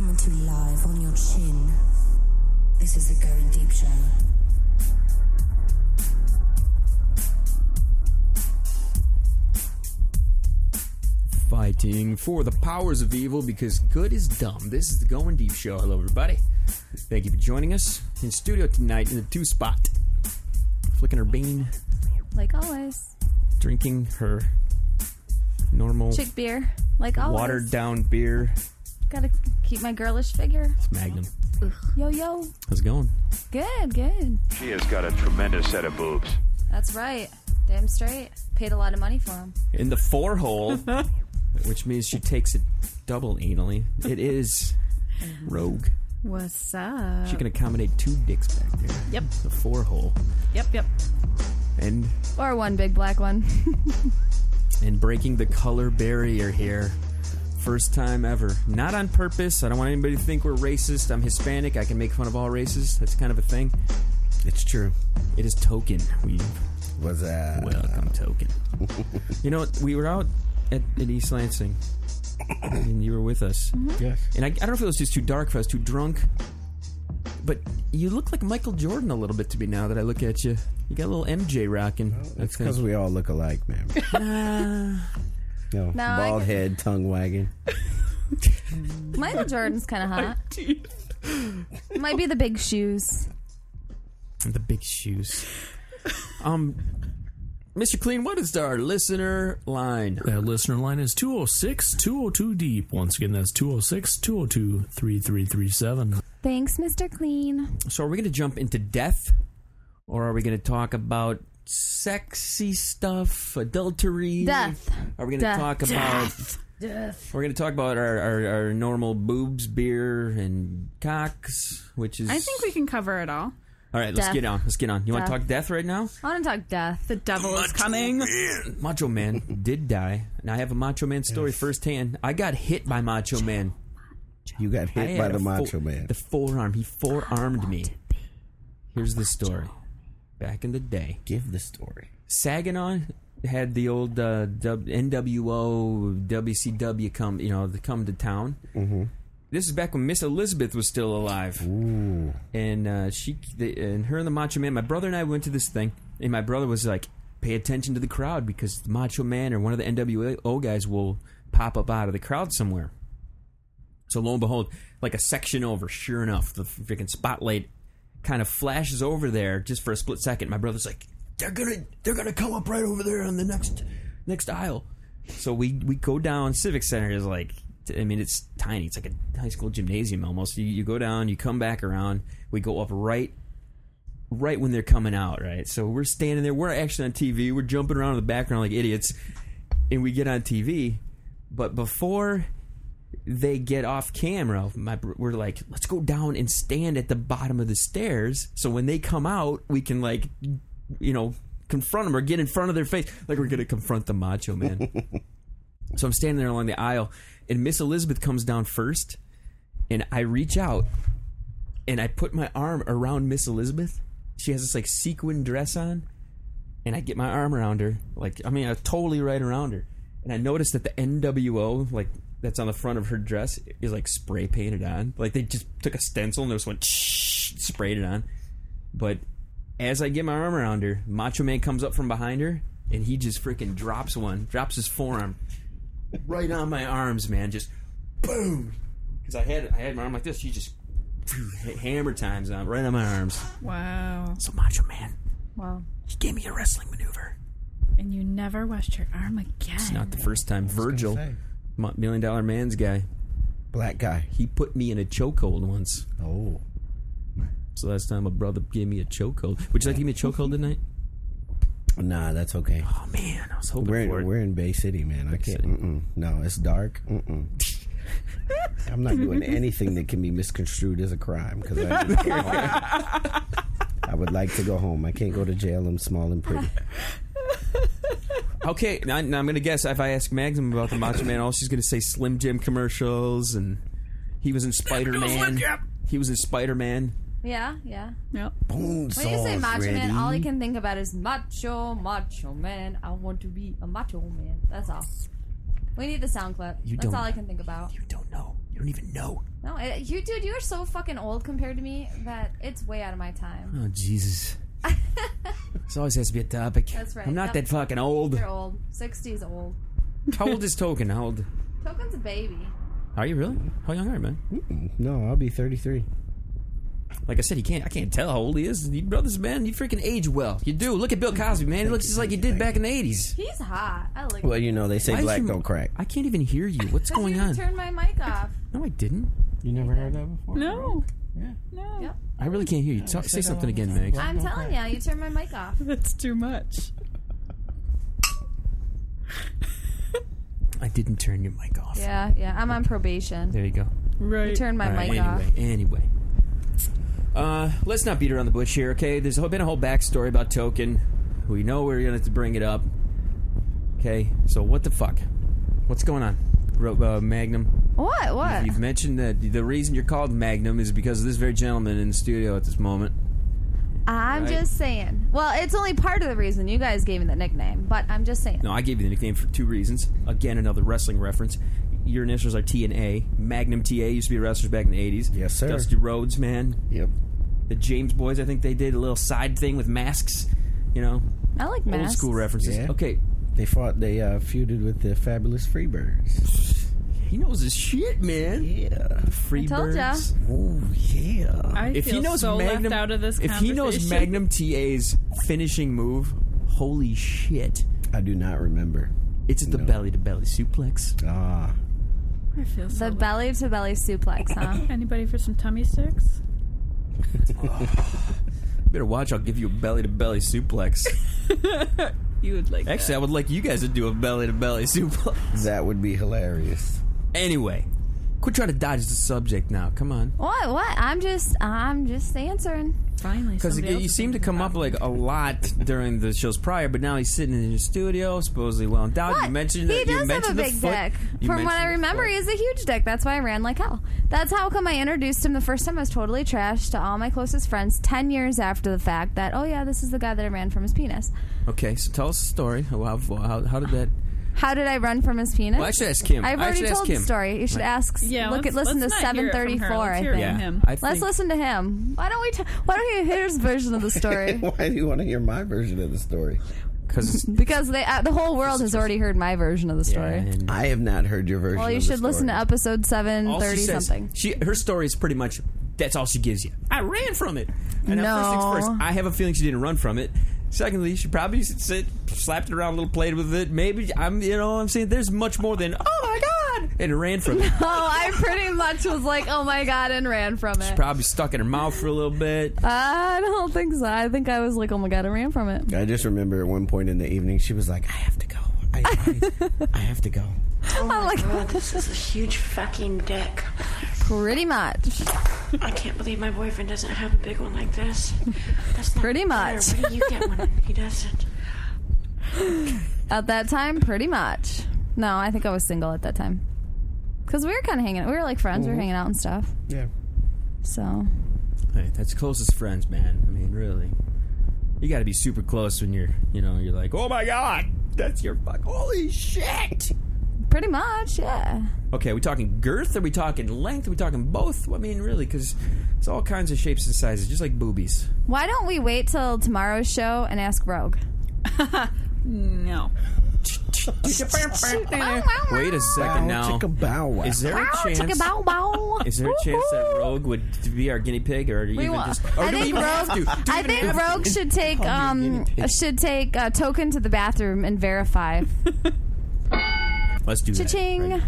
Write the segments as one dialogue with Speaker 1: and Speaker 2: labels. Speaker 1: Mostly live on your chin. This is the Going Deep Show.
Speaker 2: Fighting for the powers of evil because good is dumb. This is the Going Deep Show. Hello, everybody. Thank you for joining us in studio tonight in the two spot. Flicking her bean,
Speaker 3: like always.
Speaker 2: drinking her normal
Speaker 3: Chick beer, like always.
Speaker 2: watered down beer.
Speaker 3: Gotta keep my girlish figure.
Speaker 2: It's Magnum.
Speaker 3: Yo, yo.
Speaker 2: How's it going?
Speaker 3: Good, good.
Speaker 4: She has got a tremendous set of boobs.
Speaker 3: That's right. Damn straight. Paid a lot of money for him.
Speaker 2: in the four hole, which means she takes it double anally. It is rogue.
Speaker 5: What's up?
Speaker 2: She can accommodate two dicks back there.
Speaker 5: Oh. Yep.
Speaker 2: The four hole
Speaker 5: Yep, yep.
Speaker 2: and
Speaker 3: Or one big black one.
Speaker 2: and breaking the color barrier here. First time ever. Not on purpose. I don't want anybody to think we're racist. I'm Hispanic. I can make fun of all races. That's kind of a thing.
Speaker 6: It's true.
Speaker 2: It is token. We
Speaker 6: What's that?
Speaker 2: welcome token. you know, we were out at, at East Lansing, and you were with us.
Speaker 6: Yes.
Speaker 2: And I, I don't know if it was just too dark for us, too drunk. But you look like Michael Jordan a little bit to me now that I look at you. You got a little MJ rocking.
Speaker 6: That's
Speaker 2: I think.
Speaker 6: because we all look alike, man. no,
Speaker 3: I
Speaker 6: bald
Speaker 3: get-
Speaker 6: head, tongue wagging.
Speaker 3: Michael Jordan's kind of hot. Might be the big shoes.
Speaker 2: the big shoes. Um, Mr. Clean, what is our listener line?
Speaker 7: That listener line is 206 202 Deep. E Once again, that's 206 202 3337.
Speaker 3: Thanks, Mr. Clean.
Speaker 2: So, are we going to jump into death, or are we going to talk about sexy stuff, adultery?
Speaker 3: Death.
Speaker 2: Are we going
Speaker 3: Death.
Speaker 2: to talk about? We're going to talk about our, our, our normal boobs, beer, and cocks, which is
Speaker 5: I think we can cover it all.
Speaker 2: All right, let's
Speaker 3: Death.
Speaker 2: get on. Let's get on. You want
Speaker 3: Death.
Speaker 2: to talk death right now?
Speaker 3: I want to talk death.
Speaker 5: The devil is coming.
Speaker 2: Macho Man did die, and I have a Macho Man story firsthand. I got hit by Macho Man.
Speaker 6: You got
Speaker 2: I
Speaker 6: hit
Speaker 2: had
Speaker 6: by
Speaker 2: a
Speaker 6: the
Speaker 2: fo-
Speaker 6: macho man.
Speaker 2: The forearm. He forearmed me. Here's the story. Back in the day,
Speaker 6: Give the story.
Speaker 2: Saginaw had the old uh, W- NWO, WCW come, you know, the come to town. Mm-hmm. This is back when Miss Elizabeth was still alive, and uh, she the, and her and the Macho Man. My brother and I went to this thing, and my brother was like, "Pay attention to the crowd because the Macho Man or one of the NWO guys will pop up out of the crowd somewhere." So lo and behold, like a section over, sure enough, the freaking spotlight kind of flashes over there just for a split second. My brother's like, "They're gonna, they're gonna come up right over there on the next, next aisle." So we we go down. Civic Center is like, I mean, it's tiny. It's like a high school gymnasium almost. You, you go down, you come back around. We go up right, right when they're coming out. Right. So we're standing there. We're actually on TV. We're jumping around in the background like idiots, and we get on TV. But before they get off camera. My, br- we're like, let's go down and stand at the bottom of the stairs, so when they come out, we can like, you know, confront them or get in front of their face, like we're gonna confront the Macho Man. so I'm standing there along the aisle, and Miss Elizabeth comes down first, and I reach out, and I put my arm around Miss Elizabeth. She has this like sequin dress on, and I get my arm around her, like I mean, I was totally right around her, and I noticed that the NWO, like that's on the front of her dress, is like spray painted on. Like they just took a stencil and they just went sprayed it on. But as I get my arm around her, Macho Man comes up from behind her, and he just freaking drops one, drops his forearm right on my arms, man, just boom. Because I had I had my arm like this, he just phew, hammer times on right on my arms.
Speaker 5: Wow.
Speaker 2: So Macho Man,
Speaker 5: Wow.
Speaker 2: he gave me a wrestling maneuver.
Speaker 5: And you never washed your arm again.
Speaker 2: It's not the first time Virgil,
Speaker 6: say.
Speaker 2: Mo- Million Dollar Man's guy,
Speaker 6: Black guy.
Speaker 2: he put me in a chokehold once.
Speaker 6: Oh.
Speaker 2: It's the last time a brother gave me a chokehold. Would you like to give me a chokehold tonight?
Speaker 6: Nah, that's okay.
Speaker 2: Oh man, I was hoping
Speaker 6: We're
Speaker 2: for it.
Speaker 6: in, we're in Bay City, man. I can't.
Speaker 2: City.
Speaker 6: Mm-mm. No, it's dark. Mm-mm. I'm not doing anything that can be misconstrued as a crime because I, I would like to go home. I can't go to jail. I'm small and pretty.
Speaker 2: Okay, now, now I'm gonna guess if I ask Magnum about the Macho Man, all she's gonna say Slim Jim commercials, and he was in Spider Man. He was in Spider Man.
Speaker 3: Yeah, yeah.
Speaker 5: Yep.
Speaker 6: Boom
Speaker 3: When you say
Speaker 6: sauce,
Speaker 3: macho man,
Speaker 6: Randy.
Speaker 3: all he can think about is macho, macho man. I want to be a macho man. That's all. We need the sound clip.
Speaker 2: You
Speaker 3: That's
Speaker 2: don't-
Speaker 3: all I can think about.
Speaker 2: You don't know. You don't even know.
Speaker 3: No, I, you dude, you are so fucking old compared to me that it's way out of my time.
Speaker 2: Oh Jesus. this always has to be a topic.
Speaker 3: That's right.
Speaker 2: I'm not
Speaker 3: Yep.
Speaker 2: that fucking old.
Speaker 3: You're old. 60s old.
Speaker 2: How old is Token? How old?
Speaker 3: Token's a baby.
Speaker 2: Are you really? How young are you, man?
Speaker 6: No, I'll be 33.
Speaker 2: Like I said, he can't. I can't tell how old he is. You brothers, man, you freaking age well. You do. Look at Bill Cosby, man. He looks just like you did back in the '80s.
Speaker 3: He's hot. I like.
Speaker 6: Well, you know, they say
Speaker 2: Why is
Speaker 6: black
Speaker 2: your-
Speaker 6: don't crack.
Speaker 2: I can't even hear you. What's
Speaker 3: Because
Speaker 2: going
Speaker 3: you
Speaker 2: on?
Speaker 3: turned my mic off.
Speaker 2: No, I didn't.
Speaker 6: You never heard that before?
Speaker 5: No.
Speaker 6: Yeah.
Speaker 5: No.
Speaker 3: Yep.
Speaker 2: I really can't hear you. Talk, say something again, Meg.
Speaker 3: I'm telling you, you turned my mic off.
Speaker 5: That's too much.
Speaker 2: I didn't turn your mic off.
Speaker 3: Yeah, yeah. I'm on probation.
Speaker 2: There you go.
Speaker 3: You
Speaker 5: Right.
Speaker 3: turned my
Speaker 2: All right,
Speaker 3: mic off.
Speaker 2: anyway, anyway. Uh, let's not beat around the bush here, okay? There's been a whole backstory about Token. We know we're going to bring it up. Okay, so what the fuck? What's going on, Ro- uh, Magnum?
Speaker 3: What? What?
Speaker 2: You've mentioned that the reason you're called Magnum is because of this very gentleman in the studio at this moment.
Speaker 3: I'm
Speaker 2: Right.
Speaker 3: just saying. Well, it's only part of the reason you guys gave me the nickname, but I'm just saying.
Speaker 2: No, I gave you the nickname for two reasons. Again, another wrestling reference. Your initials are T and A. Magnum TA used to be wrestlers back in the 80s.
Speaker 6: Yes, sir.
Speaker 2: Dusty Rhodes, man.
Speaker 6: Yep.
Speaker 2: the James Boys. I think they did a little side thing with masks. You know,
Speaker 3: I like
Speaker 2: old
Speaker 3: masks.
Speaker 2: school references.
Speaker 6: Yeah.
Speaker 2: Okay,
Speaker 6: They fought, they uh, feuded with the Fabulous Freebirds.
Speaker 2: he knows his shit, man.
Speaker 6: Yeah.
Speaker 2: Free
Speaker 3: I told ya.
Speaker 2: birds.
Speaker 6: Oh, yeah.
Speaker 5: I
Speaker 2: If
Speaker 5: feel
Speaker 2: he knows
Speaker 5: so
Speaker 2: Magnum,
Speaker 5: left out of this
Speaker 2: if he knows
Speaker 5: conversation.
Speaker 2: Magnum TA's finishing move, holy shit!
Speaker 6: I do not remember.
Speaker 2: It's the
Speaker 6: No.
Speaker 2: belly to belly suplex.
Speaker 6: Ah.
Speaker 5: I feel so
Speaker 3: The
Speaker 5: left.
Speaker 3: belly to belly suplex, huh?
Speaker 5: Anybody for some tummy sticks?
Speaker 2: Better watch. I'll give you a belly to belly suplex.
Speaker 5: You would like
Speaker 2: Actually, I would like you guys to do a belly to belly suplex.
Speaker 6: That would be hilarious.
Speaker 2: Anyway, quit trying to dodge the subject now. Come on.
Speaker 3: what? What? I'm just. I'm just answering.
Speaker 5: that. finally
Speaker 2: Because
Speaker 5: somebody else
Speaker 2: you
Speaker 5: is
Speaker 2: seem to
Speaker 5: thinking
Speaker 2: come
Speaker 5: about
Speaker 2: up like
Speaker 5: it.
Speaker 2: a lot during the shows prior, but now he's sitting in your studio, supposedly well endowed. You
Speaker 3: What?
Speaker 2: mentioned
Speaker 3: he
Speaker 2: that you
Speaker 3: does have a
Speaker 2: mentioned the
Speaker 3: big
Speaker 2: foot.
Speaker 3: dick.
Speaker 2: You
Speaker 3: From what
Speaker 2: mentioned
Speaker 3: I
Speaker 2: the
Speaker 3: remember,
Speaker 2: foot.
Speaker 3: he has a huge dick. That's why I ran like hell. That's how come I introduced him the first time. I was totally trash to all my closest friends ten years after the fact. That oh yeah, this is the guy that I ran from his penis.
Speaker 2: okay. So tell us the story. How, how, how, how did that?
Speaker 3: How did I run from his penis?
Speaker 2: Well, I should ask Kim.
Speaker 3: I've
Speaker 2: I
Speaker 3: already
Speaker 2: should ask
Speaker 3: told the
Speaker 2: Kim.
Speaker 3: story. You should
Speaker 2: Right.
Speaker 3: ask.
Speaker 5: Yeah,
Speaker 3: look
Speaker 5: let's-
Speaker 3: at listen to
Speaker 5: let's not hear it
Speaker 3: seven thirty
Speaker 5: from her.
Speaker 3: four. I
Speaker 5: Let's hear it
Speaker 3: think.
Speaker 2: Yeah,
Speaker 5: from him.
Speaker 2: I think,
Speaker 3: Let's listen to him. Why don't we? T- why don't you hear his version of the story?
Speaker 6: Why do you want to hear my version of the story?
Speaker 2: because
Speaker 3: because they, uh, the whole world has already heard my version of the
Speaker 2: yeah,
Speaker 3: story.
Speaker 2: and
Speaker 6: I have not heard your version
Speaker 3: well, you
Speaker 6: of the
Speaker 3: should listen to
Speaker 6: story.
Speaker 3: episode seven
Speaker 2: all she
Speaker 3: thirty
Speaker 2: says-
Speaker 3: something.
Speaker 2: She her story is pretty much that's all she gives you. I ran from it. And now,
Speaker 3: No.
Speaker 2: first things first, I have a feeling she didn't run from it. Secondly, she probably sit, slapped it around a little, played with it. Maybe I'm, you know, I'm saying there's much more than oh my god, and ran from it.
Speaker 3: Oh, I pretty much was like, oh my god, and ran from it.
Speaker 2: probably stuck in her mouth for a little bit.
Speaker 3: I don't think so. I think I was like, oh my god, I ran from it.
Speaker 6: I just remember at one point in the evening, she was like, I have to go. I, I, I have to go.
Speaker 8: Oh my
Speaker 3: like-
Speaker 8: god, this is a huge fucking dick.
Speaker 3: Pretty much.
Speaker 8: I can't believe my boyfriend doesn't have a big one like this. That's not
Speaker 3: Pretty
Speaker 8: fair.
Speaker 3: much.
Speaker 8: Why do you get one and he doesn't?
Speaker 3: At that time, pretty much. No, I think I was single at that time. Because we were kind of hanging We were like friends.
Speaker 2: Mm-hmm.
Speaker 3: We were hanging out and stuff.
Speaker 6: Yeah.
Speaker 3: So.
Speaker 2: Hey, that's closest friends, man. I mean, really, you got to be super close when you're, you know, you're like, oh my god, that's your fuck. Holy shit.
Speaker 3: Pretty much, yeah.
Speaker 2: Okay, are we talking girth? Are we talking length? Are we talking both? I mean, really, because it's all kinds of shapes and sizes, just like boobies.
Speaker 3: Why don't we wait till tomorrow's show and ask Rogue?
Speaker 5: No.
Speaker 2: Wait a
Speaker 6: Bow,
Speaker 2: second now.
Speaker 6: chicka bow wow.
Speaker 2: Is there a
Speaker 3: Wow, chicka
Speaker 2: chance?
Speaker 3: bow bow.
Speaker 2: Is there a chance that Rogue would be our guinea pig, or even
Speaker 3: wa-
Speaker 2: just? Or
Speaker 3: I
Speaker 2: do we
Speaker 3: think
Speaker 2: even have
Speaker 3: Rogue-
Speaker 2: to? Do we
Speaker 3: I
Speaker 2: even
Speaker 3: think
Speaker 2: have to?
Speaker 3: Rogue should take
Speaker 6: your
Speaker 3: um
Speaker 6: guinea pig.
Speaker 3: should take uh, token to the bathroom and verify.
Speaker 2: Let's do that.
Speaker 3: Cha-ching.
Speaker 2: Right.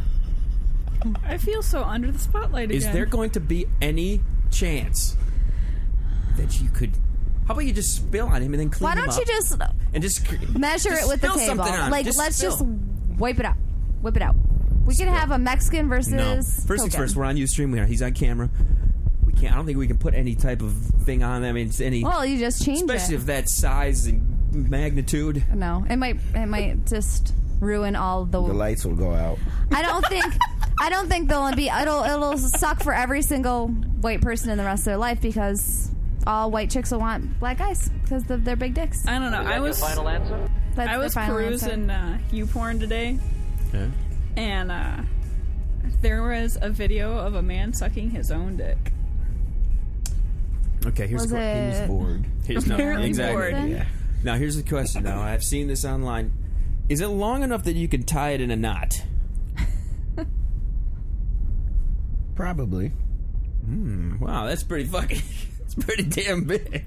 Speaker 5: I feel so under the spotlight
Speaker 2: Is
Speaker 5: again.
Speaker 2: there going to be any chance that you could? How about you just spill on him and then clean
Speaker 3: Why
Speaker 2: him
Speaker 3: don't you
Speaker 2: up
Speaker 3: just
Speaker 2: and just cr-
Speaker 3: measure
Speaker 2: just
Speaker 3: it with the
Speaker 2: spill
Speaker 3: table?
Speaker 2: something on him.
Speaker 3: Like let's
Speaker 2: spill.
Speaker 3: just wipe it out. Whip it out. We could have a Mexican versus
Speaker 2: no. First things
Speaker 3: token.
Speaker 2: first, we're on Ustream. We are, he's on camera. We can't. I don't think we can put any type of thing on. I mean, it's any,
Speaker 3: Well, you just change
Speaker 2: especially
Speaker 3: it.
Speaker 2: of that size and magnitude.
Speaker 3: no, it might it might just ruin all
Speaker 6: the lights will go out.
Speaker 3: I don't think I don't think they'll be it'll it'll suck for every single white person in the rest of their life because all white chicks will want black guys because of their big dicks.
Speaker 5: I don't know. I was
Speaker 3: That's
Speaker 5: I
Speaker 3: the
Speaker 5: was
Speaker 3: final answer.
Speaker 5: perusing uh, YouPorn today, and uh, there was a video of a man sucking his own dick.
Speaker 2: Okay, here's
Speaker 3: Was
Speaker 2: the question.
Speaker 3: it?
Speaker 6: bored.
Speaker 2: Here's no,
Speaker 5: Apparently
Speaker 2: exactly.
Speaker 5: bored.
Speaker 6: Yeah.
Speaker 2: Now here's the question. Now I've seen this online. Is it long enough that you can tie it in a knot?
Speaker 6: Probably.
Speaker 2: Wow, that's pretty fucking. It's pretty damn big.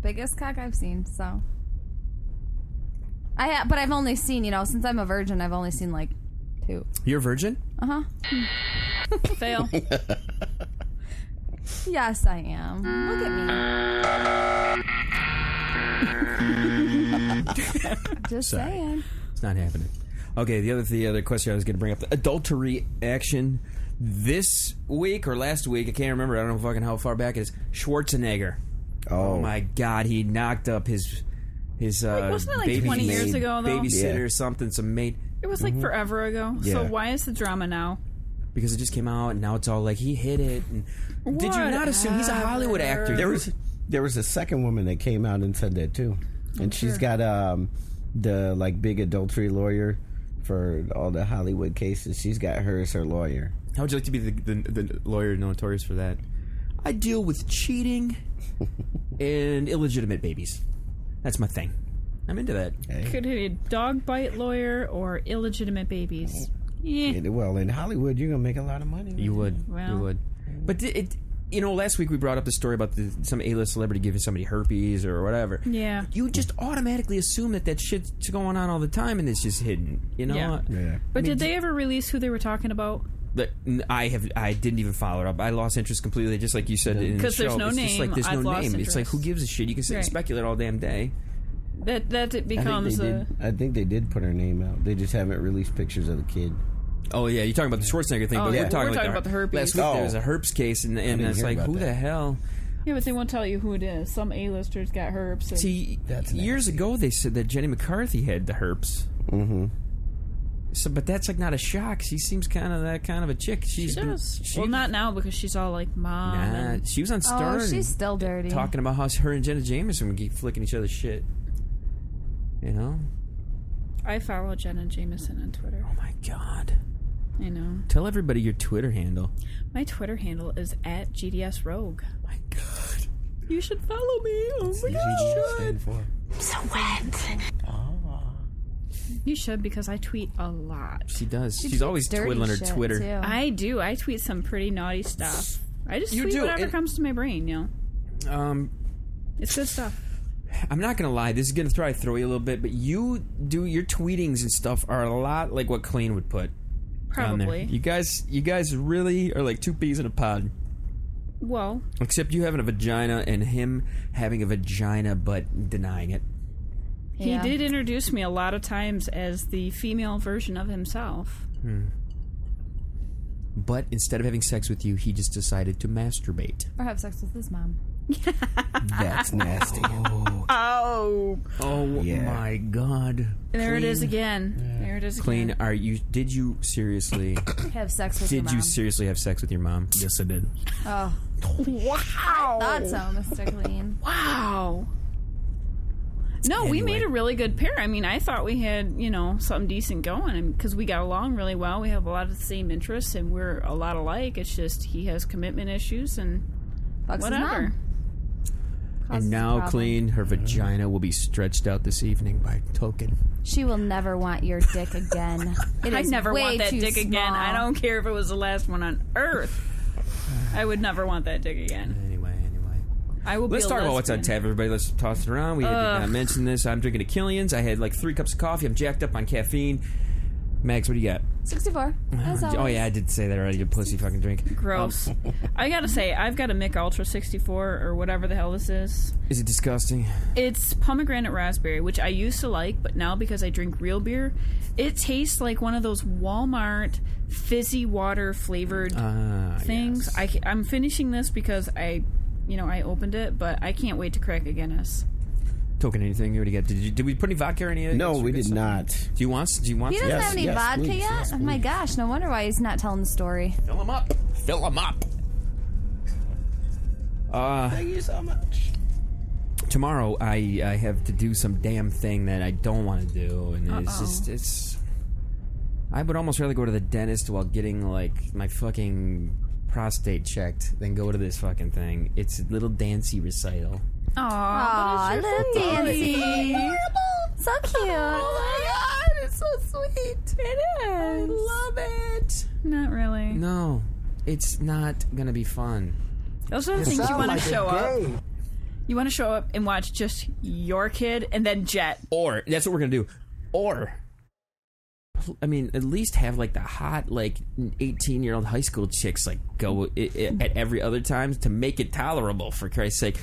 Speaker 3: biggest cock I've seen. So I, ha- but I've only seen you know since I'm a virgin, I've only seen like two.
Speaker 2: You're a virgin.
Speaker 5: Fail.
Speaker 3: Yes, I am. Look at me. Just
Speaker 2: Sorry.
Speaker 3: saying.
Speaker 2: It's not happening. Okay, the other the other question I was going to bring up the adultery action this week or last week I can't remember I don't know fucking how far back it is Schwarzenegger.
Speaker 6: Oh,
Speaker 2: Oh my god, he knocked up his his uh,
Speaker 5: wasn't it like
Speaker 2: baby
Speaker 5: 20
Speaker 6: years
Speaker 5: ago, though?
Speaker 2: babysitter
Speaker 6: Yeah.
Speaker 2: or something some maid
Speaker 5: It was like forever ago. So
Speaker 6: Yeah.
Speaker 5: why is the drama now?
Speaker 2: because it just came out and now it's all like he hit it and did you not assume he's a Hollywood actor
Speaker 6: There was there was a second woman that came out and said that too, and she's got um the like big adultery lawyer for all the Hollywood cases. She's got her as her lawyer.
Speaker 2: How would you like to be the, the, the lawyer notorious for that? I deal with cheating and illegitimate babies. That's my thing. I'm into that.
Speaker 5: Could it be a dog bite lawyer or illegitimate babies? Yeah.
Speaker 6: And, well, in Hollywood, you're gonna make a lot of money.
Speaker 2: You would.
Speaker 5: Well.
Speaker 2: You would. But di- it, you know, last week we brought up the story about the, some A-list celebrity giving somebody herpes or whatever.
Speaker 5: Yeah.
Speaker 2: You just automatically assume that that shit's going on all the time and it's just hidden. You know.
Speaker 5: Yeah.
Speaker 6: Yeah.
Speaker 5: But did they ever release who they were talking about?
Speaker 2: But n- I have I didn't even follow it up. I lost interest completely, just like you said. in the
Speaker 5: 'Cause there's
Speaker 2: show.
Speaker 5: no
Speaker 2: it's Just like
Speaker 5: name.
Speaker 2: there's
Speaker 5: I've
Speaker 2: no
Speaker 5: lost
Speaker 2: name. It's like
Speaker 5: interest.
Speaker 2: who gives a shit? You can sit and
Speaker 5: Right.
Speaker 2: speculate all damn day.
Speaker 5: That that it
Speaker 6: I think,
Speaker 5: becomes uh,
Speaker 6: they
Speaker 5: a
Speaker 6: did, I think they did put her name out. They just haven't released pictures of the kid.
Speaker 2: Oh yeah, you're talking about the Schwarzenegger thing,
Speaker 5: Oh,
Speaker 2: but
Speaker 5: yeah.
Speaker 2: we're talking,
Speaker 5: We're
Speaker 2: like
Speaker 5: talking about the herpes.
Speaker 2: Last week
Speaker 6: Oh.
Speaker 2: there was a herpes case, and, and
Speaker 6: didn't
Speaker 2: it's
Speaker 6: hear
Speaker 2: like,
Speaker 6: about
Speaker 2: who the
Speaker 6: that.
Speaker 2: hell?
Speaker 5: yeah, but they won't tell you who it is. Some A-listers got herbs. So.
Speaker 2: See,
Speaker 6: That's
Speaker 2: years ago they said that Jenny McCarthy had the herpes. Mm-hmm. So, but that's like not a shock. She seems kind of that kind of a chick. She's
Speaker 5: She
Speaker 2: been-
Speaker 5: does.
Speaker 2: she-
Speaker 5: well, not now because she's all like mom.
Speaker 2: Nah,
Speaker 5: and-
Speaker 2: she was on Stern
Speaker 3: Oh, she's still dirty.
Speaker 2: talking about how her and Jenna Jameson would keep flicking each other's shit. You know?
Speaker 5: I follow Jenna Jameson on Twitter.
Speaker 2: Oh my god!
Speaker 5: I know.
Speaker 2: Tell everybody your Twitter handle.
Speaker 5: My Twitter handle is at GDS Rogue.
Speaker 2: Oh my god!
Speaker 5: You should follow me. Oh my
Speaker 6: GG
Speaker 5: god.
Speaker 6: stand for?
Speaker 8: So wet.
Speaker 5: You should because I tweet a lot.
Speaker 2: She does. She's always
Speaker 3: Dirty
Speaker 2: twiddling her
Speaker 3: shit,
Speaker 2: Twitter.
Speaker 3: too.
Speaker 5: I do. I tweet some pretty naughty stuff. I just
Speaker 2: You
Speaker 5: tweet
Speaker 2: do,
Speaker 5: whatever
Speaker 2: and-
Speaker 5: comes to my brain, you know.
Speaker 2: Um,
Speaker 5: It's good stuff.
Speaker 2: I'm not gonna lie. This is gonna try to throw you a little bit, but you do your tweetings and stuff are a lot like what Clean would put on there.
Speaker 5: Probably.
Speaker 2: You guys, you guys really are like two peas in a pod.
Speaker 5: Well,
Speaker 2: Except you having a vagina and him having a vagina but denying it.
Speaker 3: Yeah.
Speaker 5: he did introduce me a lot of times as the female version of himself.
Speaker 2: But instead of having sex with you, he just decided to masturbate.
Speaker 3: Or have sex with his mom.
Speaker 6: That's nasty.
Speaker 5: Oh.
Speaker 2: Oh
Speaker 6: Yeah.
Speaker 2: my god!
Speaker 5: There it is
Speaker 2: Clean.
Speaker 5: again. There it is
Speaker 2: Clean,
Speaker 5: again.
Speaker 2: are you? Did you seriously?
Speaker 3: Have sex with your
Speaker 2: did
Speaker 3: mom.
Speaker 2: you seriously have sex with your mom?
Speaker 7: Yes, I did.
Speaker 3: oh, thought so, Mr. Clean.
Speaker 5: Wow. No, we
Speaker 2: Anyway.
Speaker 5: made a really good pair. I mean, I thought we had, you know, something decent going because we got along really well. We have a lot of the same interests and we're a lot alike. It's just he has commitment issues and
Speaker 3: Fucks his
Speaker 5: whatever.
Speaker 3: mom. Causes
Speaker 2: And
Speaker 3: a
Speaker 2: now,
Speaker 3: problem.
Speaker 2: Clean, her vagina will be stretched out this evening by token.
Speaker 3: She will never want your dick again. It
Speaker 5: I
Speaker 3: is
Speaker 5: never
Speaker 3: way
Speaker 5: want that
Speaker 3: too
Speaker 5: dick again. I
Speaker 3: small.
Speaker 5: don't care if it was the last one on earth. I would never want that dick again.
Speaker 2: Anyway, anyway.
Speaker 5: I will.
Speaker 2: Let's
Speaker 5: be a
Speaker 2: talk about what's on
Speaker 5: lesbian.
Speaker 2: tap, everybody. Let's toss it around. We had uh, mentioned this. I'm drinking a Killian's. I had like three cups of coffee. I'm jacked up on caffeine. Max, what do you got?
Speaker 3: 64. As
Speaker 2: oh,
Speaker 3: always.
Speaker 2: yeah, I did say that already. You pussy fucking drink.
Speaker 5: Gross.
Speaker 2: Um,
Speaker 5: I gotta say, I've got a Mick Ultra 64 or whatever the hell this is.
Speaker 2: is it disgusting?
Speaker 5: It's pomegranate raspberry, which I used to like, but now because I drink real beer, it tastes like one of those Walmart fizzy water flavored
Speaker 2: Ah,
Speaker 5: things.
Speaker 2: yes.
Speaker 5: I ca- I'm finishing this because I, you know, I opened it, but I can't wait to crack a Guinness.
Speaker 2: Token anything you already got? Did, you, did we put any vodka or any?
Speaker 6: No,
Speaker 2: extra
Speaker 6: we
Speaker 2: good
Speaker 6: did
Speaker 2: stuff?
Speaker 6: not.
Speaker 2: Do you want? Do you want?
Speaker 3: He doesn't
Speaker 2: some?
Speaker 6: Yes,
Speaker 3: have any
Speaker 6: yes,
Speaker 3: vodka
Speaker 6: please,
Speaker 3: yet?
Speaker 6: yes,
Speaker 3: oh my
Speaker 6: please.
Speaker 3: gosh, no wonder why he's not telling the story.
Speaker 2: Fill them up. Fill them up.
Speaker 6: Thank you so much.
Speaker 2: Uh, Tomorrow, I I have to do some damn thing that I don't want to do, and it's
Speaker 5: Uh-oh.
Speaker 2: just it's. I would almost rather go to the dentist while getting like my fucking prostate checked than go to this fucking thing. It's a little dancey recital.
Speaker 5: Aw,
Speaker 3: Aw,
Speaker 5: but it's your
Speaker 3: little
Speaker 5: family.
Speaker 3: Dancy. So cute.
Speaker 5: Oh,
Speaker 2: god, it's so sweet. It is. I love it.
Speaker 5: Not really.
Speaker 2: No, it's not gonna be fun.
Speaker 5: Those are the things you want to show up. You want to show up and watch just your kid and then Jet.
Speaker 2: Or that's what we're gonna do. Or I mean, at least have like the hot like eighteen year old high school chicks like go i i at every other time to make it tolerable. For Christ's sake,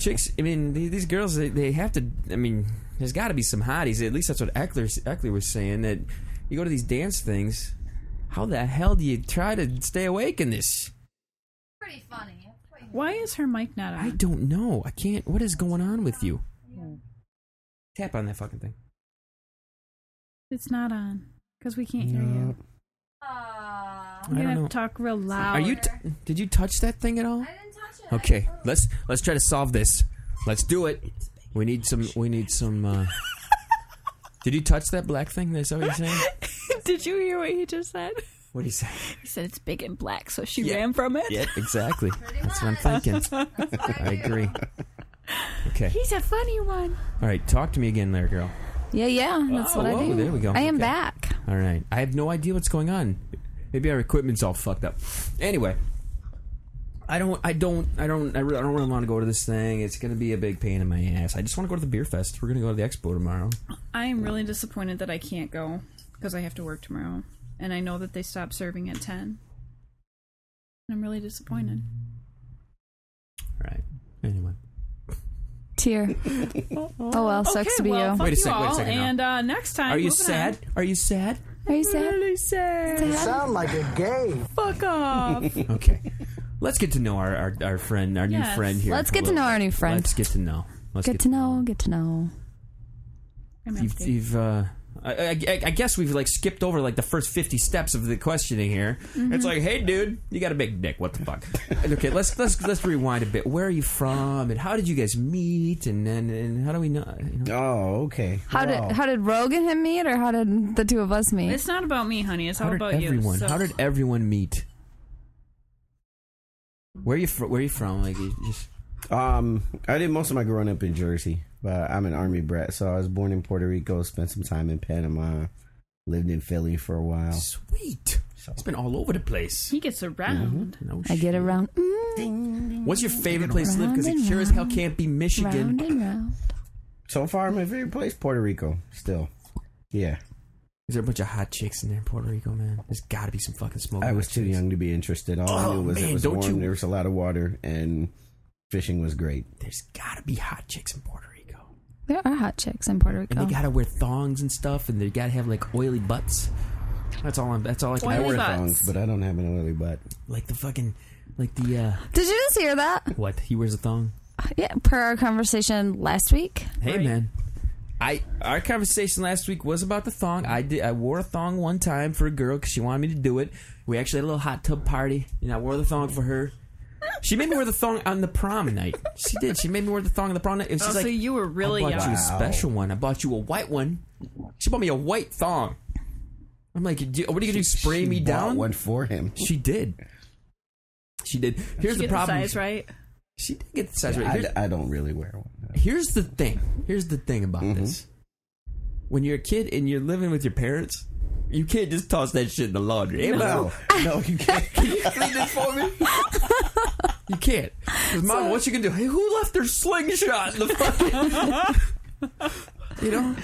Speaker 2: chicks. I mean, the- these girls they, they have to. I mean, there's got to be some hotties. At least that's what Eckler Eckler was saying that you go to these dance things. How the hell do you try to stay awake in this?
Speaker 3: Pretty funny.
Speaker 5: Why is her mic not
Speaker 2: I
Speaker 5: on?
Speaker 2: don't know. I can't. What is going on with you? Tap on that fucking thing.
Speaker 5: It's not on because we can't hear
Speaker 6: No.
Speaker 5: you.
Speaker 3: Aww.
Speaker 5: We're
Speaker 2: I
Speaker 5: gonna
Speaker 2: don't
Speaker 5: have
Speaker 2: know.
Speaker 5: to talk real loud.
Speaker 2: Are you? T- did you touch that thing at all?
Speaker 3: didn't touch it.
Speaker 2: Okay, let's let's try to solve this. Let's do it. We need some. We need some. Uh... Did you touch that black thing? That's what you're saying.
Speaker 5: Did you hear what he just said?
Speaker 2: What do you say?
Speaker 5: He said it's big and black, so she
Speaker 2: Yeah.
Speaker 5: ran from it.
Speaker 2: Yeah, exactly. That's what I'm thinking. I agree. Okay.
Speaker 5: He's a funny one.
Speaker 2: All right. Talk to me again, there, girl.
Speaker 3: Yeah, yeah. That's
Speaker 2: Oh,
Speaker 3: what I
Speaker 2: whoa,
Speaker 3: do.
Speaker 2: there we go.
Speaker 3: I am
Speaker 2: Okay.
Speaker 3: back.
Speaker 2: All right. I have no idea what's going on. Maybe our equipment's all fucked up. Anyway, I don't. I don't. I don't. I, re- I don't really want to go to this thing. It's going to be a big pain in my ass. I just want to go to the beer fest. We're going to go to the expo tomorrow.
Speaker 5: I am really disappointed that I can't go because I have to work tomorrow, and I know that they stop serving at ten. I'm really disappointed.
Speaker 2: All right. Anyway.
Speaker 3: Tear. oh well, sucks
Speaker 5: okay,
Speaker 3: to be
Speaker 5: well,
Speaker 3: you.
Speaker 5: Fuck
Speaker 2: Wait a
Speaker 5: you
Speaker 2: sec, wait a
Speaker 5: all,
Speaker 2: second now.
Speaker 5: And uh, next time,
Speaker 2: Are you
Speaker 5: moving on.
Speaker 2: sad? Are you sad?
Speaker 3: Are you sad? Sad?
Speaker 5: Fuck off.
Speaker 2: Okay. Let's get to know our, our, our friend, our new
Speaker 5: Yes.
Speaker 2: friend here.
Speaker 3: Let's
Speaker 2: for a
Speaker 3: get to
Speaker 2: little
Speaker 3: know our new
Speaker 2: bit.
Speaker 3: friend.
Speaker 2: Let's get to know. Let's
Speaker 3: Get to know. Get to know.
Speaker 5: I'm
Speaker 2: You've,
Speaker 5: empty.
Speaker 2: you've uh, I, I, I guess we've like skipped over like the first fifty steps of the questioning here. It's like, hey, dude, you got a big dick. What the fuck? okay, let's let's let's rewind a bit. Where are you from, and how did you guys meet, and and, and how do we know? You know?
Speaker 6: Oh, okay.
Speaker 3: How
Speaker 6: Wow.
Speaker 3: did how did Rogue and him meet, or how did the two of us meet?
Speaker 5: It's not about me, honey. It's
Speaker 2: How
Speaker 5: all
Speaker 2: did
Speaker 5: about
Speaker 2: everyone?
Speaker 5: you. so-
Speaker 2: How did everyone meet? Where you fr- where you from? Like you just
Speaker 6: Um, I did most of my growing up in Jersey, but I'm an army brat, so I was born in Puerto Rico, spent some time in Panama, lived in Philly for a while.
Speaker 2: sweet. It's been all over the place.
Speaker 5: he gets around?
Speaker 2: No
Speaker 3: I get around, mm,
Speaker 2: What's your favorite place to live? Because it
Speaker 3: Round and
Speaker 2: sure as hell can't be Michigan.
Speaker 3: round and round.
Speaker 6: So far, my favorite place, Puerto Rico, still. Yeah,
Speaker 2: Is there a bunch of hot chicks in there, in Puerto Rico, man? There's got to be some fucking smoke.
Speaker 6: I was too young to be interested. All I
Speaker 2: Oh,
Speaker 6: knew was
Speaker 2: man,
Speaker 6: it was
Speaker 2: don't
Speaker 6: warm,
Speaker 2: you-
Speaker 6: there was a lot of water, and fishing was great.
Speaker 2: There's got to be hot chicks in Puerto Rico,
Speaker 3: There are hot chicks in Puerto
Speaker 2: and
Speaker 5: Oh.
Speaker 3: Rico.
Speaker 2: they got to wear thongs and stuff, and they got to have like oily butts. That's all. I'm, that's all I can.
Speaker 5: Oily
Speaker 6: I wear
Speaker 5: butts.
Speaker 6: thongs, but I don't have an oily butt.
Speaker 2: Like the fucking, like the uh,
Speaker 3: Did you just hear that?
Speaker 2: what? He wears a thong.
Speaker 3: Yeah, per our conversation last week.
Speaker 2: Hey, man. I our conversation last week was about the thong. I did. I wore a thong one time for a girl because she wanted me to do it. We actually had a little hot tub party, and I wore the thong for her. She made me wear the thong on the prom night. She did. She made me wear the thong on the prom night. And she's
Speaker 5: Oh,
Speaker 2: like,
Speaker 5: so you were really
Speaker 2: I
Speaker 5: young.
Speaker 2: bought you a special one. I bought you a white one. She bought me a white thong. I'm like, "Do- what are you gonna do? Spray
Speaker 6: She
Speaker 2: me
Speaker 6: bought
Speaker 2: down?
Speaker 6: One for him.
Speaker 2: She did. She did. Here's
Speaker 5: Did you
Speaker 2: the
Speaker 5: get
Speaker 2: problem.
Speaker 5: the size right.
Speaker 2: She did get the size right.
Speaker 6: I,
Speaker 2: Here's-
Speaker 6: I don't really wear one.
Speaker 2: here's the thing. Here's the thing about
Speaker 6: Mm-hmm.
Speaker 2: this. When you're a kid and you're living with your parents, you can't just toss that shit in the laundry. Hey,
Speaker 6: No,
Speaker 2: Mom,
Speaker 6: no, you can't.
Speaker 2: clean this for me. you can't. 'Cause mom, what you gonna do? Hey, who left their slingshot in the fucking? you know,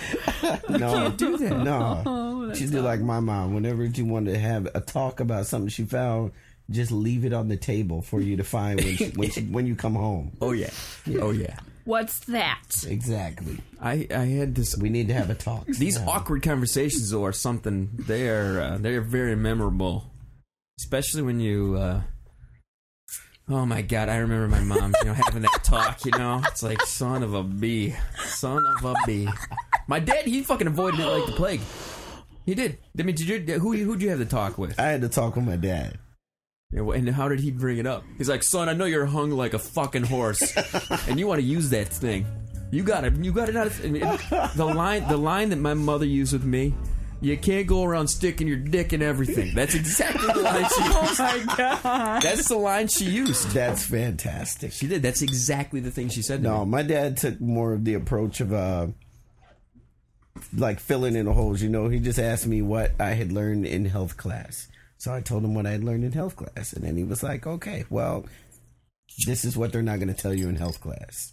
Speaker 6: No,
Speaker 2: do that. Oh,
Speaker 6: No. she did like my mom. Whenever she wanted to have a talk about something she found, just leave it on the table for you to find when, she, when, she, when you come home.
Speaker 2: Oh yeah. Oh yeah.
Speaker 5: What's that?
Speaker 6: Exactly.
Speaker 2: I I had this.
Speaker 6: We need to have a talk.
Speaker 2: These
Speaker 6: Yeah.
Speaker 2: awkward conversations though, are something. They're uh, they're very memorable, especially when you. Uh, oh my god! I remember my mom. You know, having that talk. You know, it's like son of a bee, son of a bee. My dad, he fucking avoided it like the plague. He did. I mean, did you, who who'd you have to talk with?
Speaker 6: I had to talk with my dad.
Speaker 2: Yeah, well, And how did he bring it up? He's like, son, I know you're hung like a fucking horse, and you want to use that thing. You got to You got it. The line, the line that my mother used with me You can't go around sticking your dick in everything. That's exactly the line she used.
Speaker 5: Oh my god.
Speaker 2: That's the line she used.
Speaker 6: That's fantastic.
Speaker 2: She did. That's exactly the thing she said. To
Speaker 6: No,
Speaker 2: me.
Speaker 6: my dad took more of the approach of uh like filling in the holes, you know. He just asked me what I had learned in health class. So I told him what I had learned in health class and then he was like, "Okay, well, this is what they're not going to tell you in health class."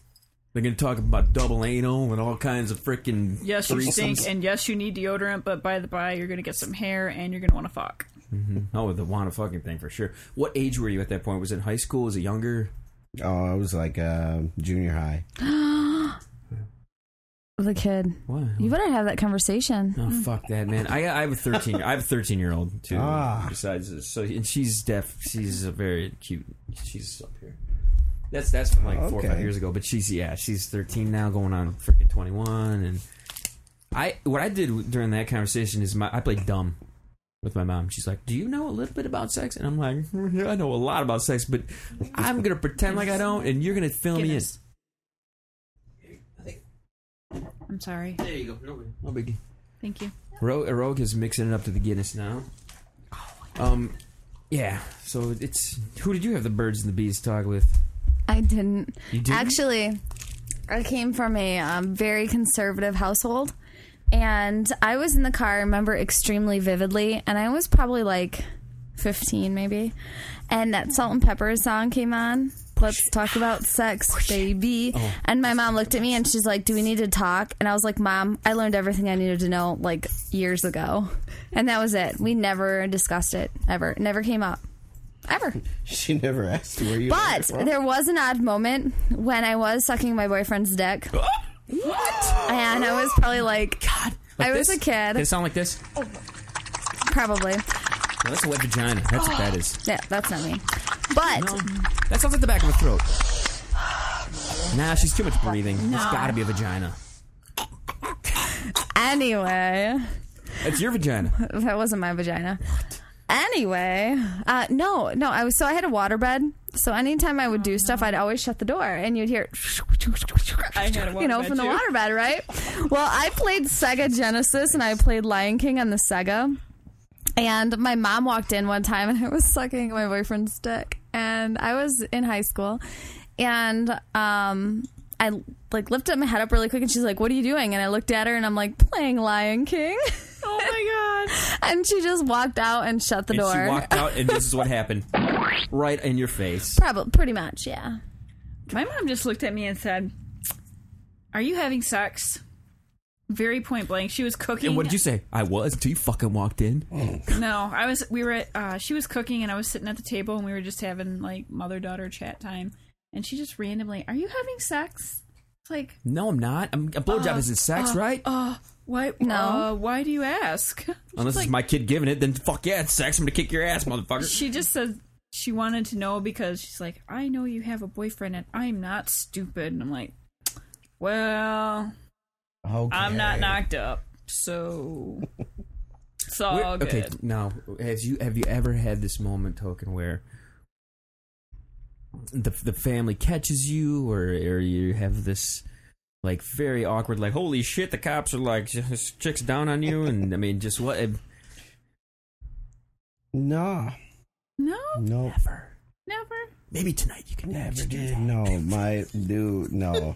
Speaker 2: They're gonna talk about double anal and all kinds of freaking
Speaker 5: Yes, you stink, and yes, you need deodorant. But by the by, you're gonna get some hair, and you're gonna want to fuck.
Speaker 2: Oh, the wanna fucking thing for sure. What age were you at that point? Was it high school? Was it younger?
Speaker 6: Oh, I was like uh, junior high.
Speaker 3: The kid.
Speaker 2: What?
Speaker 3: You better have that conversation.
Speaker 2: Oh fuck that man! I I have a thirteen. I have a thirteen year old too. Besides this, so and she's deaf. She's a very cute. She's up here. That's that's from like four or five
Speaker 6: Okay.
Speaker 2: years ago. But she's yeah, she's thirteen now, going on freaking twenty one. And I what I did during that conversation is my I played dumb with my mom. She's like, "Do you know a little bit about sex?" And I'm like, "Mm, "I know a lot about sex, but I'm gonna pretend like I don't, and you're gonna fill me in."
Speaker 5: Guinness. I'm sorry.
Speaker 2: There you go. No, no biggie.
Speaker 5: Thank you.
Speaker 2: Rogue, Rogue is mixing it up to the Guinness now. Um, yeah. So it's who did you have the birds and the bees talk with?
Speaker 3: I didn't.
Speaker 2: You didn't?
Speaker 3: Actually, I came from a um, very conservative household, and I was in the car. I remember extremely vividly, and I was probably like fifteen, maybe. And that Salt and Pepper song came on. Let's talk about
Speaker 2: Oh,
Speaker 3: sex, baby. And my mom looked at me and she's like, "Do we need to talk?" And I was like, "Mom, I learned everything I needed to know like years ago." And that was it. We never discussed it ever. It never came up. Ever.
Speaker 6: She never asked where you
Speaker 3: But
Speaker 6: were from.
Speaker 3: there was an odd moment when I was sucking my boyfriend's dick. What? And I was probably like, God, I was
Speaker 2: this?
Speaker 3: a kid,
Speaker 2: Did it sound like this?
Speaker 3: probably.
Speaker 2: No, that's a wet vagina. That's what that is.
Speaker 3: Yeah, that's not me. But
Speaker 2: Oh. That sounds like the back of a throat. Nah, she's too much breathing. It's gotta be a vagina.
Speaker 3: anyway,
Speaker 2: That's your vagina.
Speaker 3: that wasn't my vagina. Anyway, uh, no, no, I was so I had a waterbed. So anytime I would do stuff, I'd always shut the door, and you'd hear,
Speaker 5: I had a
Speaker 3: you know,
Speaker 5: waterbed,
Speaker 3: from the
Speaker 5: too.
Speaker 3: waterbed, right? Well, I played Sega Genesis, and I played Lion King on the Sega. And my mom walked in one time and I was sucking my boyfriend's dick. And I was in high school. And um, I like lifted my head up really quick and she's like, What are you doing? And I looked at her and I'm like, Playing Lion King.
Speaker 5: Oh my god.
Speaker 3: and she just walked out and shut the
Speaker 2: And
Speaker 3: door.
Speaker 2: she walked out, and this is what happened. Right in your face.
Speaker 3: Probably, pretty much, yeah.
Speaker 5: My mom just looked at me and said, "Are you having sex?" Very point blank. She was cooking.
Speaker 2: And what did you say? I was until you fucking walked in.
Speaker 5: No, I was. We were at. Uh, she was cooking, and I was sitting at the table, and we were just having like mother daughter chat time. And she just randomly, "Are you having sex?" It's like, uh,
Speaker 2: No, I'm not. I'm, a blowjob is it sex, right?
Speaker 5: why?
Speaker 3: No.
Speaker 5: uh, why do you ask?
Speaker 2: Unless
Speaker 5: like-
Speaker 2: it's my kid giving it, then fuck yeah, it's sex. I'm gonna kick your ass, motherfucker.
Speaker 5: She just said she wanted to know because she's like, "I know you have a boyfriend, and I'm not stupid." And I'm like, "Well,
Speaker 6: okay.
Speaker 5: I'm not knocked up, so it's
Speaker 2: Where-
Speaker 5: all Oh, good."
Speaker 2: okay, now has you have you ever had this moment, Token, where the the family catches you, or or you have this like very awkward, like holy shit, the cops are like this chicks down on you, and I mean, just what?
Speaker 6: No,
Speaker 5: No,
Speaker 6: no,
Speaker 5: never.
Speaker 2: Maybe tonight you can
Speaker 6: never did. No, my dude, no.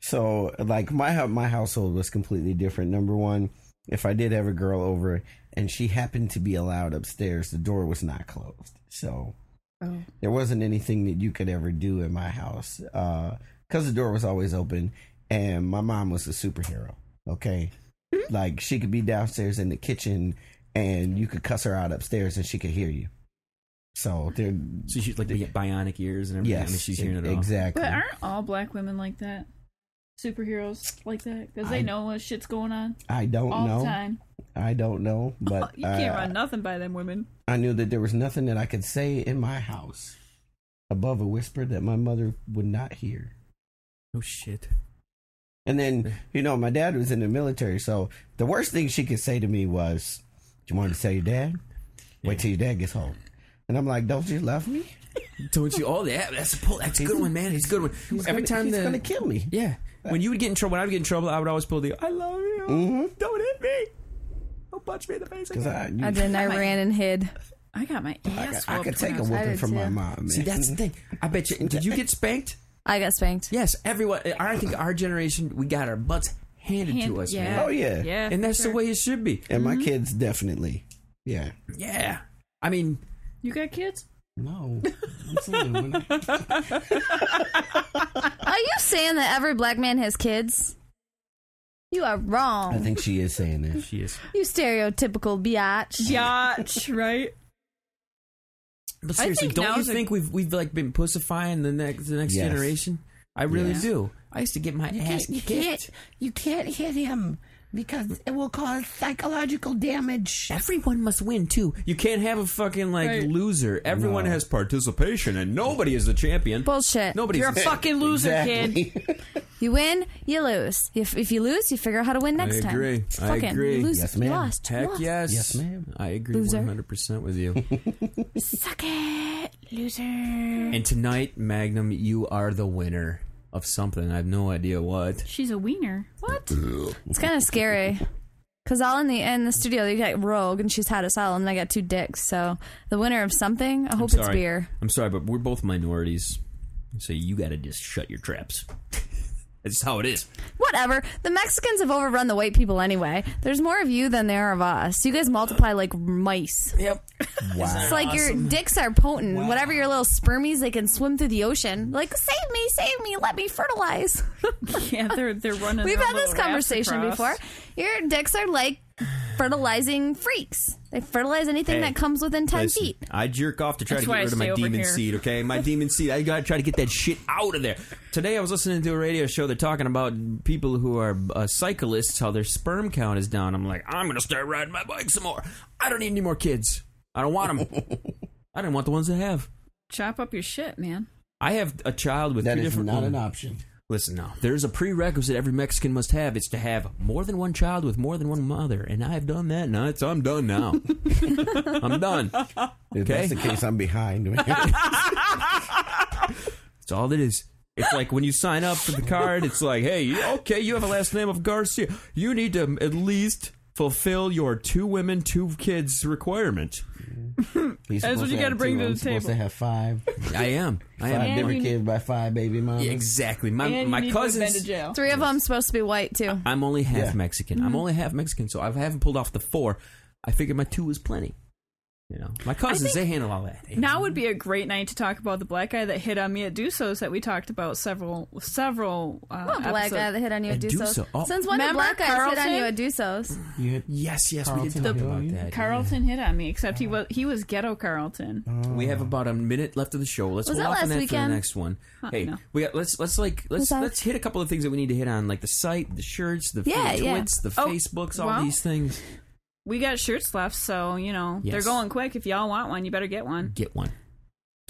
Speaker 6: so like my hou- my household was completely different. Number one, if I did have a girl over and she happened to be allowed upstairs, the door was not closed, so
Speaker 5: Oh.
Speaker 6: there wasn't anything that you could ever do in my house because the door was always open. And my mom was a superhero. Okay, like she could be downstairs in the kitchen and you could cuss her out upstairs and she could hear you. So there,
Speaker 2: So she's like bi- bionic ears and everything.
Speaker 6: yes, e-
Speaker 2: I mean, she's hearing it all.
Speaker 6: exactly.
Speaker 5: But aren't all black women like that? Superheroes like that because they
Speaker 6: I-
Speaker 5: know what shit's going on
Speaker 6: I don't
Speaker 5: all
Speaker 6: know.
Speaker 5: the time. Oh,
Speaker 6: I don't know, but
Speaker 5: you can't
Speaker 6: uh,
Speaker 5: run nothing by them women.
Speaker 6: I knew that there was nothing that I could say in my house above a whisper that my mother would not hear.
Speaker 2: Oh shit.
Speaker 6: And then, you know, my dad was in the military, so the worst thing she could say to me was, Do you want to tell your dad? Wait till your dad gets home. And I'm like, Don't you love me?
Speaker 2: Don't you? Oh, yeah, that's a pull. That's a good one, man. He's a good one. Every
Speaker 6: Gonna-
Speaker 2: time
Speaker 6: he's
Speaker 2: the,
Speaker 6: gonna kill me.
Speaker 2: Yeah. When you would get in trouble, when I would get in trouble, I would always pull the "I love you,
Speaker 6: Mhm.
Speaker 2: don't hit me." punch me in the face.
Speaker 6: Because I, you-
Speaker 2: Mm.
Speaker 3: And then I ran and hid.
Speaker 5: I got my
Speaker 6: I, could-
Speaker 5: ass.
Speaker 6: I
Speaker 5: whooped
Speaker 6: could
Speaker 5: when
Speaker 6: take
Speaker 5: I
Speaker 6: a
Speaker 5: was-
Speaker 6: whooping
Speaker 3: did
Speaker 6: from my
Speaker 3: too.
Speaker 6: mom, man.
Speaker 2: See, that's the thing. I bet you. Did you get spanked?
Speaker 3: I got spanked.
Speaker 2: Yes, everyone. I think our generation, we got our butts handed
Speaker 5: Hand-
Speaker 2: to us,
Speaker 5: yeah.
Speaker 2: man.
Speaker 6: Oh, yeah.
Speaker 5: Yeah. Mm-hmm.
Speaker 2: and that's the way it should be.
Speaker 6: and my kids definitely. Yeah.
Speaker 2: Yeah. I mean,
Speaker 5: You got kids?
Speaker 6: No. I'm saying, when I-
Speaker 3: Are you saying that every black man has kids? You are
Speaker 6: I
Speaker 3: wrong.
Speaker 6: think she is saying that.
Speaker 2: she is.
Speaker 3: you stereotypical biatch.
Speaker 5: Yacht, right?
Speaker 2: But
Speaker 5: I
Speaker 2: seriously,
Speaker 5: think
Speaker 2: don't you
Speaker 5: now's a-
Speaker 2: think we've we've like been pussifying the next the next
Speaker 6: Yes.
Speaker 2: generation? I really
Speaker 6: Yes.
Speaker 2: do. I used to get my ass kicked.
Speaker 6: you can't hit him because it will cause psychological damage.
Speaker 2: Everyone must win too. You can't have a fucking like
Speaker 5: Right.
Speaker 2: loser. Everyone
Speaker 6: No.
Speaker 2: has participation, and nobody is the champion.
Speaker 3: Bullshit.
Speaker 2: Nobody's.
Speaker 5: You're a fucking loser, kid.
Speaker 3: You win, you lose. If, if you lose, you figure out how to win next time.
Speaker 2: agree. I
Speaker 3: Fuck it.
Speaker 2: agree.
Speaker 3: You lose.
Speaker 6: Yes,
Speaker 3: you
Speaker 6: ma'am.
Speaker 3: lost. you
Speaker 2: Heck
Speaker 3: lost.
Speaker 2: yes.
Speaker 6: Yes, ma'am.
Speaker 2: I agree
Speaker 3: Loser.
Speaker 2: 100% with you.
Speaker 3: Suck it, loser.
Speaker 2: and tonight, Magnum, you are the winner of something. I have no idea what.
Speaker 5: She's a wiener. What?
Speaker 3: It's kind of scary. Cause all in the in the studio, you got Rogue and she's hot as hell, and then I got two dicks. So the winner of something, I hope
Speaker 2: I'm
Speaker 3: it's
Speaker 2: sorry.
Speaker 3: beer.
Speaker 2: I'm sorry, but we're both minorities, so you got to just shut your traps. That's just how it is.
Speaker 3: Whatever. The Mexicans have overrun the white people anyway. There's more of you than there are of us. You guys multiply like mice.
Speaker 2: Yep.
Speaker 3: It's like your dicks are potent. Whatever your little spermies, they can swim through the ocean. Like, save me, save me, let me fertilize.
Speaker 5: Yeah, they're they're running.
Speaker 3: We've
Speaker 5: their
Speaker 3: had this
Speaker 5: little rafts
Speaker 3: conversation before.
Speaker 5: across.
Speaker 3: Your dicks are like fertilizing freaks. They fertilize anything
Speaker 2: Hey,
Speaker 3: that comes within ten
Speaker 2: Listen,
Speaker 3: feet.
Speaker 2: I jerk off to try
Speaker 5: That's
Speaker 2: to
Speaker 5: why
Speaker 2: get
Speaker 5: I
Speaker 2: rid of
Speaker 5: stay
Speaker 2: my
Speaker 5: over
Speaker 2: demon
Speaker 5: here.
Speaker 2: seed, okay? My demon seed. I gotta try to get that shit out of there. Today I was listening to a radio show. They're talking about people who are uh, cyclists, how their sperm count is down. I'm like, I'm gonna start riding my bike some more. I don't need any more kids. I don't want them. I don't want the ones I have.
Speaker 5: Chop up your shit, man.
Speaker 2: I have a child with
Speaker 6: That
Speaker 2: two
Speaker 6: is
Speaker 2: different
Speaker 6: not
Speaker 2: women.
Speaker 6: an option.
Speaker 2: Listen now, there's a prerequisite every Mexican must have. It's to have more than one child with more than one mother, and I've done that. Now it's I'm done now. I'm done.
Speaker 6: If
Speaker 2: Okay.
Speaker 6: that's the case, I'm behind. man.
Speaker 2: It's all it is. It's like when you sign up for the card. It's like, hey, you- okay, you have a last name of Garcia. You need to at least fulfill your two women, two kids requirement.
Speaker 6: He's
Speaker 5: That's
Speaker 6: supposed
Speaker 5: what you
Speaker 6: have
Speaker 5: gotta bring
Speaker 6: two.
Speaker 5: to
Speaker 6: I'm
Speaker 5: the
Speaker 6: supposed to
Speaker 5: table.
Speaker 6: have five.
Speaker 2: I am. I
Speaker 6: Five
Speaker 2: am.
Speaker 5: And
Speaker 6: different
Speaker 5: you-
Speaker 6: kids by five baby mamas.
Speaker 2: Yeah, exactly. My
Speaker 5: and you
Speaker 2: my
Speaker 5: need To have been to
Speaker 2: cousins.
Speaker 5: jail.
Speaker 3: Three of them supposed to be white too.
Speaker 2: I'm only half
Speaker 6: Yeah.
Speaker 2: Mexican.
Speaker 5: Mm-hmm.
Speaker 2: I'm only half Mexican, so I haven't pulled off the four. I figured my two is plenty. You know, my cousins
Speaker 5: think-
Speaker 2: they handle all that.
Speaker 5: Now would be a great night to talk about the black guy that hit on me at Dusos that we talked about several several. Uh,
Speaker 3: What Oh, black guy
Speaker 5: episodes.
Speaker 3: that hit on you at
Speaker 2: At
Speaker 3: Dusos?
Speaker 2: Duso- oh.
Speaker 3: Since when did
Speaker 5: Remember
Speaker 3: black guys hit on
Speaker 5: Carlton?
Speaker 3: you at Dusos?
Speaker 6: You hit-
Speaker 2: Yes, yes, we did
Speaker 6: Carlton
Speaker 2: talk
Speaker 6: Hill,
Speaker 2: about
Speaker 6: you-
Speaker 2: that.
Speaker 5: Carlton hit on me,
Speaker 2: Uh,
Speaker 5: except he was he was ghetto Carlton.
Speaker 2: We have about a minute left of the show. Let's hold
Speaker 3: Was that
Speaker 2: off on
Speaker 3: last
Speaker 2: that for
Speaker 3: weekend?
Speaker 2: the next one. hey,
Speaker 5: no.
Speaker 2: we got, let's let's like let's
Speaker 3: Was that-
Speaker 2: let's hit a couple of things that we need to hit on, like the site, the shirts, the
Speaker 3: Yeah,
Speaker 2: the
Speaker 3: yeah.
Speaker 2: twits, the
Speaker 5: Oh,
Speaker 2: Facebooks, all
Speaker 5: well,
Speaker 2: these things.
Speaker 5: We got shirts left, so you know
Speaker 2: Yes.
Speaker 5: they're going quick. If y'all want one, you better get one.
Speaker 2: Get one.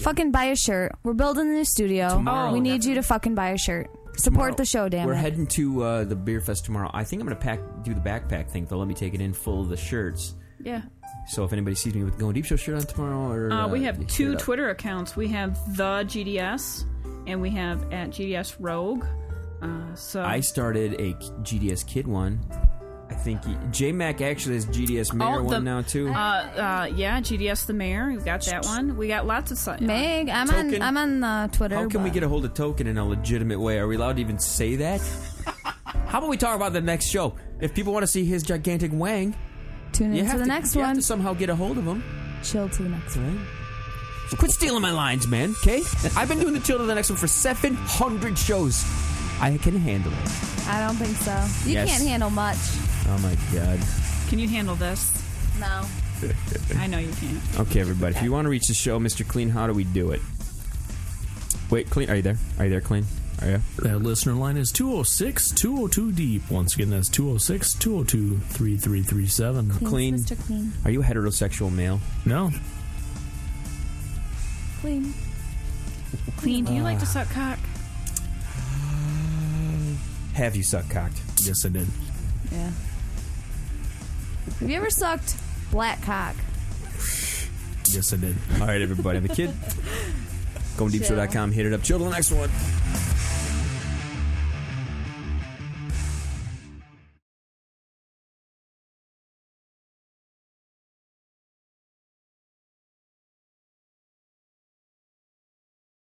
Speaker 3: Fucking buy a shirt. We're building a new studio. Oh,
Speaker 2: Tomorrow.
Speaker 3: we need you to fucking buy a shirt. Support
Speaker 2: Tomorrow-
Speaker 3: the show, damn
Speaker 2: We're
Speaker 3: it.
Speaker 2: heading to uh, the beer fest tomorrow. I think I'm gonna pack do the backpack thing. They'll let me take it in full of the shirts.
Speaker 5: Yeah,
Speaker 2: So if anybody sees me with going deep show shirt on tomorrow, or
Speaker 5: uh, we
Speaker 2: hit
Speaker 5: have
Speaker 2: it
Speaker 5: two
Speaker 2: up.
Speaker 5: Twitter accounts. We have the GDS, and we have at GDS Rogue. Uh, so
Speaker 2: I started a GDS kid one. I think J Mac actually has GDS mayor
Speaker 5: Oh, the-
Speaker 2: one now too.
Speaker 5: Uh, uh, yeah, GDS the mayor. We've got that one. We got lots of sites.
Speaker 3: Meg, I'm
Speaker 2: Token.
Speaker 3: on I'm on uh, Twitter.
Speaker 2: How can we
Speaker 3: but-
Speaker 2: get a hold of Token in a legitimate way? Are we allowed to even say that? How about we talk about the next show? If people want to see his gigantic wang,
Speaker 3: tune
Speaker 2: you
Speaker 3: in
Speaker 2: have
Speaker 3: to the
Speaker 2: to,
Speaker 3: next
Speaker 2: you have
Speaker 3: one?
Speaker 2: to somehow get a hold of him.
Speaker 3: Chill to the next one.
Speaker 2: Right? So quit stealing my lines, man. Okay? I've been doing the chill to the next one for seven hundred shows. I can handle it.
Speaker 3: I don't think so. You
Speaker 2: Yes.
Speaker 3: can't handle much.
Speaker 2: Oh my god.
Speaker 5: Can you handle this?
Speaker 3: No.
Speaker 5: I know you can't.
Speaker 2: Okay, everybody. If you want to reach the show, Mr. Clean, how do we do it? Wait, Clean, are you there? Are you there, Clean? Are you?
Speaker 7: That listener line is 206 202 Deep. E Once again, that's 206 202 3337.
Speaker 3: Please,
Speaker 2: Clean.
Speaker 3: Mr. Clean.
Speaker 2: Are you a heterosexual male?
Speaker 7: No,
Speaker 3: Clean.
Speaker 5: Clean. Do you like to suck cock?
Speaker 2: Have you suck cocked?
Speaker 7: yes, I did.
Speaker 3: Yeah. Have you ever sucked black cock?
Speaker 7: Yes, I did.
Speaker 2: All right, everybody. I'm a kid. GoingDeepShow.com. Hit it up. Chill to the next one.